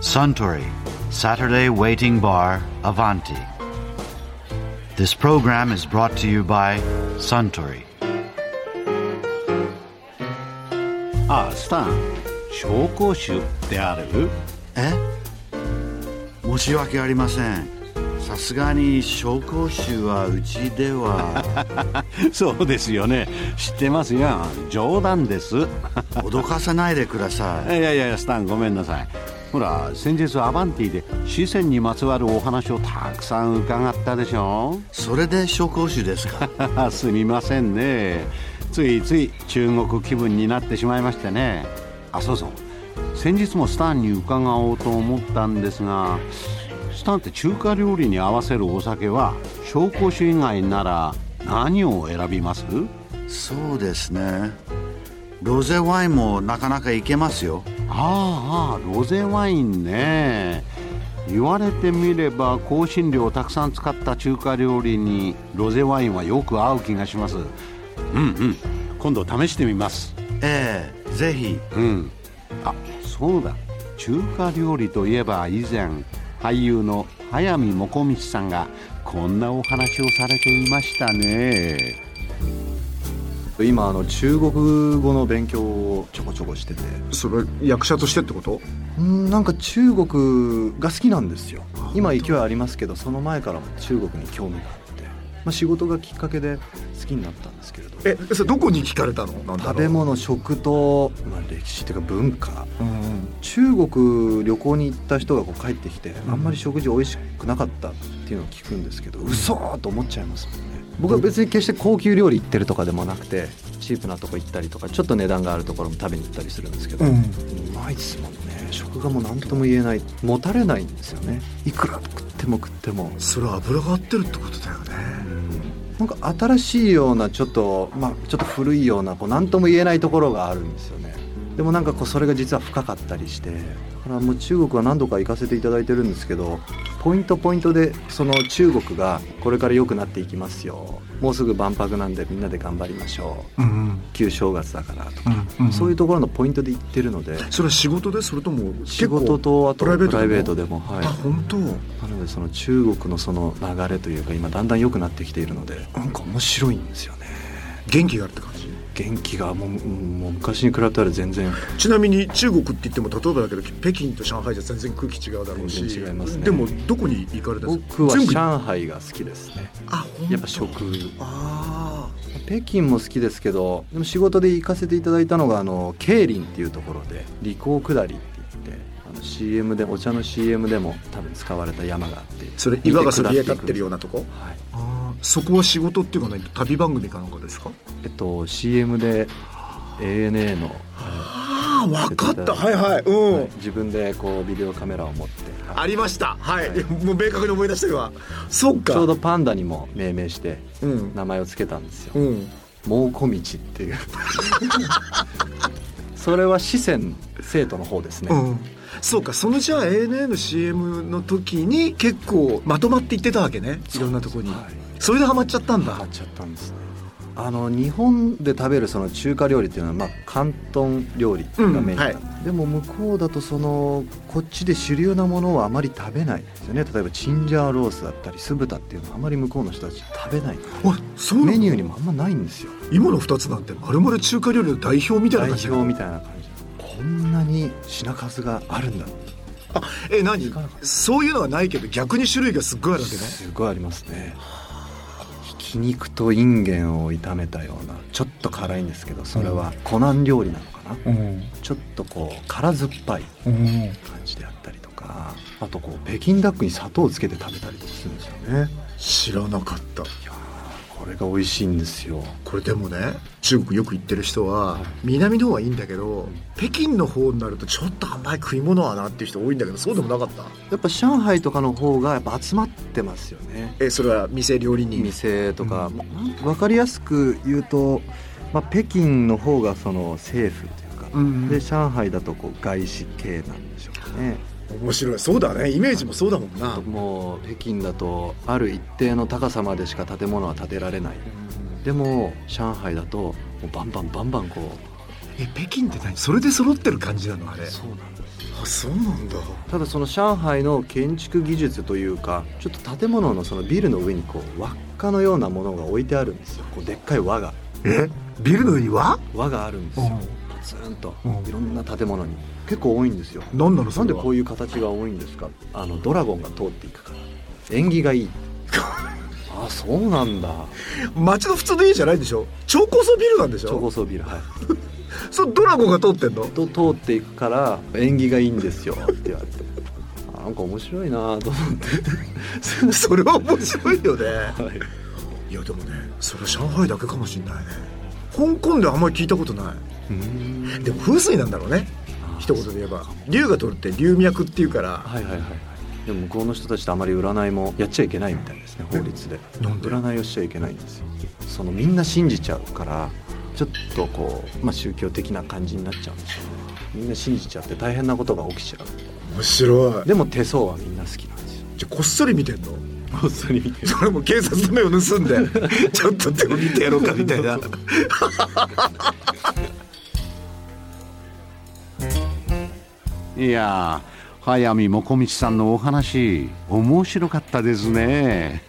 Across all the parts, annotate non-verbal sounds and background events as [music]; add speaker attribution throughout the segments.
Speaker 1: Suntory, Saturday Waiting Bar, Avanti. This program is brought to you by Suntory.
Speaker 2: ああスタン紹興酒である [laughs]
Speaker 1: え申し訳ありませんさすがに紹興酒はうちで [laughs] は
Speaker 2: そうですよね知ってますよ冗談です [laughs] い
Speaker 1: 脅かさないでください
Speaker 2: やいやスタンごめんなさいほら先日アバンティで四川にまつわるお話をたくさん伺ったでしょ
Speaker 1: それで紹興酒ですか
Speaker 2: [laughs] すみませんねついつい中国気分になってしまいましてねあそうそう先日もスタンに伺おうと思ったんですがスタンって中華料理に合わせるお酒は紹興酒以外なら何を選びます
Speaker 1: そうですねロゼワインもなかなかいけますよ
Speaker 2: ああロゼワインね言われてみれば香辛料をたくさん使った中華料理にロゼワインはよく合う気がしますうんうん今度試してみます
Speaker 1: ええぜひ
Speaker 2: うんあそうだ中華料理といえば以前俳優の速水もこみちさんがこんなお話をされていましたね
Speaker 3: 今あの中国語の勉強をちょこちょこしてて
Speaker 4: それ役者としてってこと
Speaker 3: うんなんか中国が好きなんですよ今勢いありますけどその前からも中国に興味があって、まあ、仕事がきっかけで好きになったんですけれど
Speaker 4: えそれどこに聞かれたのなんだろう
Speaker 3: 食べ物食と、まあ、歴史というか文化
Speaker 4: うんうん
Speaker 3: 中国旅行に行った人がこう帰ってきてあんまり食事美味しくなかったっていうのを聞くんですけど嘘と思っちゃいますもんね僕は別に決して高級料理行ってるとかでもなくてチープなとこ行ったりとかちょっと値段があるところも食べに行ったりするんですけど、う
Speaker 4: うん
Speaker 3: まいですもんね食がもう何とも言えない持たれないんですよねいくら食っても食っても
Speaker 4: それは油が合ってるってことだよね
Speaker 3: なんか新しいようなちょっとまあちょっと古いようなこう何とも言えないところがあるんですよねでもなんかこうそれが実は深かったりしてだからもう中国は何度か行かせていただいてるんですけどポイントポイントでその中国がこれから良くなっていきますよもうすぐ万博なんでみんなで頑張りましょう
Speaker 4: うん
Speaker 3: 旧正月だからとか、
Speaker 4: うんうん
Speaker 3: そういうところのポイントで行ってるので
Speaker 4: それは仕事でそれとも
Speaker 3: 仕事とあと
Speaker 4: プライベー
Speaker 3: プ
Speaker 4: トでも
Speaker 3: ライベートでもはい
Speaker 4: あ本当
Speaker 3: なのでその中国のその流れというか今だんだん良くなってきているのでなんか面白いんですよね
Speaker 4: 元気があるって感じ
Speaker 3: 元気がもううんもう昔に比べたら全然
Speaker 4: ちなみに中国って言っても例えばだけど北京と上海じゃ全然空気違うだろうし
Speaker 3: 全然違いますね
Speaker 4: でもどこに行かれたんですか
Speaker 3: 僕は
Speaker 4: 全部
Speaker 3: 上海が好きですね
Speaker 4: あ本当
Speaker 3: やっぱ食
Speaker 4: あ
Speaker 3: 北京も好きですけどでも仕事で行かせていただいたのがあの桂林っていうところで理工下りって言ってあの CM でお茶の CM でも多分使われた山があって
Speaker 4: ーそれ岩がそびえ立ってるよう
Speaker 3: な、
Speaker 4: なとこ
Speaker 3: はい
Speaker 4: あーそこは仕事っていうか何旅番組かなんかですか
Speaker 3: えっと、CM で ANA の
Speaker 4: ああ分かったはいはいうん、
Speaker 3: はい自分でこうビデオカメラを持って、
Speaker 4: ありましたはい、
Speaker 3: はい
Speaker 4: もう明確に思い出したわそっか
Speaker 3: ちょうどパンダにも命名して
Speaker 4: うん
Speaker 3: 名前を付けたんですよ
Speaker 4: うん
Speaker 3: 猛虎道っていうそれは四川生徒の方ですね、
Speaker 4: うんそうかそのじゃあ ANA の CM の時に結構まとまって行ってたわけねいろんなとこに、
Speaker 3: はい
Speaker 4: それでハマっちゃったんだ、
Speaker 3: 買っちゃったんですねあの日本で食べるその中華料理っていうのは、まあ、広東料理がメインなんで、
Speaker 4: うん
Speaker 3: でも向こうだとそのこっちで主流なものはあまり食べないんですよね例えばチンジャーロースだったり酢豚っていうのはあまり向こうの人たち食べない
Speaker 4: あそうな
Speaker 3: メ
Speaker 4: の
Speaker 3: ニューにもあんまないんですよ
Speaker 4: 今の2つなんてまるまる中華料理の代表みたいな
Speaker 3: 代
Speaker 4: 感じ
Speaker 3: 表みたいな感じこんなに品数があるんだ
Speaker 4: あえ何そういうのはないけど逆に種類がすっごいあるわけね
Speaker 3: すごいありますねひき肉とインゲンを炒めたようなちょっと辛いんですけどそれは湖南料理なのかな、
Speaker 4: うん
Speaker 3: ちょっとこう辛酸っぱい
Speaker 4: うん
Speaker 3: 感じであったりとかあとこう北京ダックに砂糖をつけて食べたりとかするんですよね
Speaker 4: 知らなかった
Speaker 3: いやーこれが美味しいんですよ
Speaker 4: これでもね中国よく行ってる人は南の方はいいんだけど北京の方になるとちょっとあんまり食い物はなっていう人多いんだけどそうでもなかった
Speaker 3: やっぱ上海とかの方がやっぱ集まってますよね
Speaker 4: えそれは店料理人
Speaker 3: 店とか、
Speaker 4: うん
Speaker 3: まあ分かりやすく言うと、まあ、北京の方がその政府というか、
Speaker 4: うん
Speaker 3: で上海だとこう外資系なんでしょうかね
Speaker 4: 面白いそうだねイメージもそうだもん
Speaker 3: あ
Speaker 4: な
Speaker 3: ともう北京だとある一定の高さまでしか建物は建てられないでも上海だともうバンバンバンバンこう
Speaker 4: え北京って何それで揃ってる感じなのあ
Speaker 3: う
Speaker 4: れ
Speaker 3: なんです
Speaker 4: あそうなんだ
Speaker 3: ただその上海の建築技術というかちょっと建物のそのビルの上にこう輪っかのようなものが置いてあるんですよこうでっかい輪が
Speaker 4: えビルの上には
Speaker 3: 輪があるんですよポツンと
Speaker 4: うん
Speaker 3: いろんな建物に結構多いんですよ
Speaker 4: 何なの
Speaker 3: な
Speaker 4: そ
Speaker 3: ん
Speaker 4: れ
Speaker 3: で
Speaker 4: は
Speaker 3: こういう形が多いんですかあのドラゴンが通っていくから縁起がいい [laughs] あそうなんだ
Speaker 4: 街の普通の家じゃないんでしょ超高層ビルなんでし
Speaker 3: 超
Speaker 4: ょ
Speaker 3: 高層ビルはい
Speaker 4: それドラゴンが通ってんの
Speaker 3: と通っていくから縁起がいいんですよって言われてあなんか面白いなと思 [laughs] っ
Speaker 4: [laughs] それは面白いよね
Speaker 3: て、はい、
Speaker 4: いやでもねそれは上海だけかもしれないね香港ではあんまり聞いたことな
Speaker 3: うーん
Speaker 4: いでも風水なんだろうね一言で言えば龍が取るって龍脈っていうから、
Speaker 3: はいはいはいはいでも向こうの人たちってあまり占いもやっちゃいけないみたいですね法律で
Speaker 4: なんで
Speaker 3: 占いをしちゃいけないんですよそのみんな信じちゃうからちょっとこう、まあ、宗教的な感じになっちゃうんでしょうねみんな信じちゃって大変なことが起きちゃう
Speaker 4: 面白い
Speaker 3: でも手相はみんな好きなん [laughs] ですよ
Speaker 4: じゃあこっそり見てんの
Speaker 3: こっそり見て
Speaker 4: それも警察の目を盗んで
Speaker 3: [laughs]
Speaker 4: ちょっとでも見てやろうかみたいな
Speaker 2: いやー早見もこみちさんのお話面白かったですね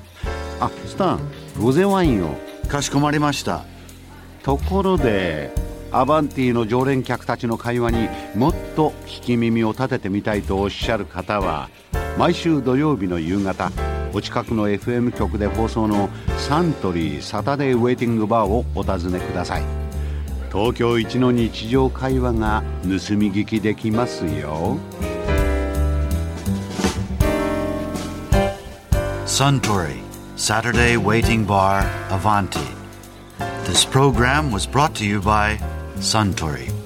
Speaker 2: [laughs] あスタンロゼワインを
Speaker 1: かしこまりました
Speaker 2: ところでアバンティの常連客たちの会話にもっと聞き耳を立ててみたいとおっしゃる方は毎週土曜日の夕方お近くの FM 局で放送のサントリーサタデーウェイティングバーをお尋ねください東京一の日常会話が盗み聞きできますよ
Speaker 1: Suntory Saturday Waiting Bar Avanti. This program was brought to you by Suntory.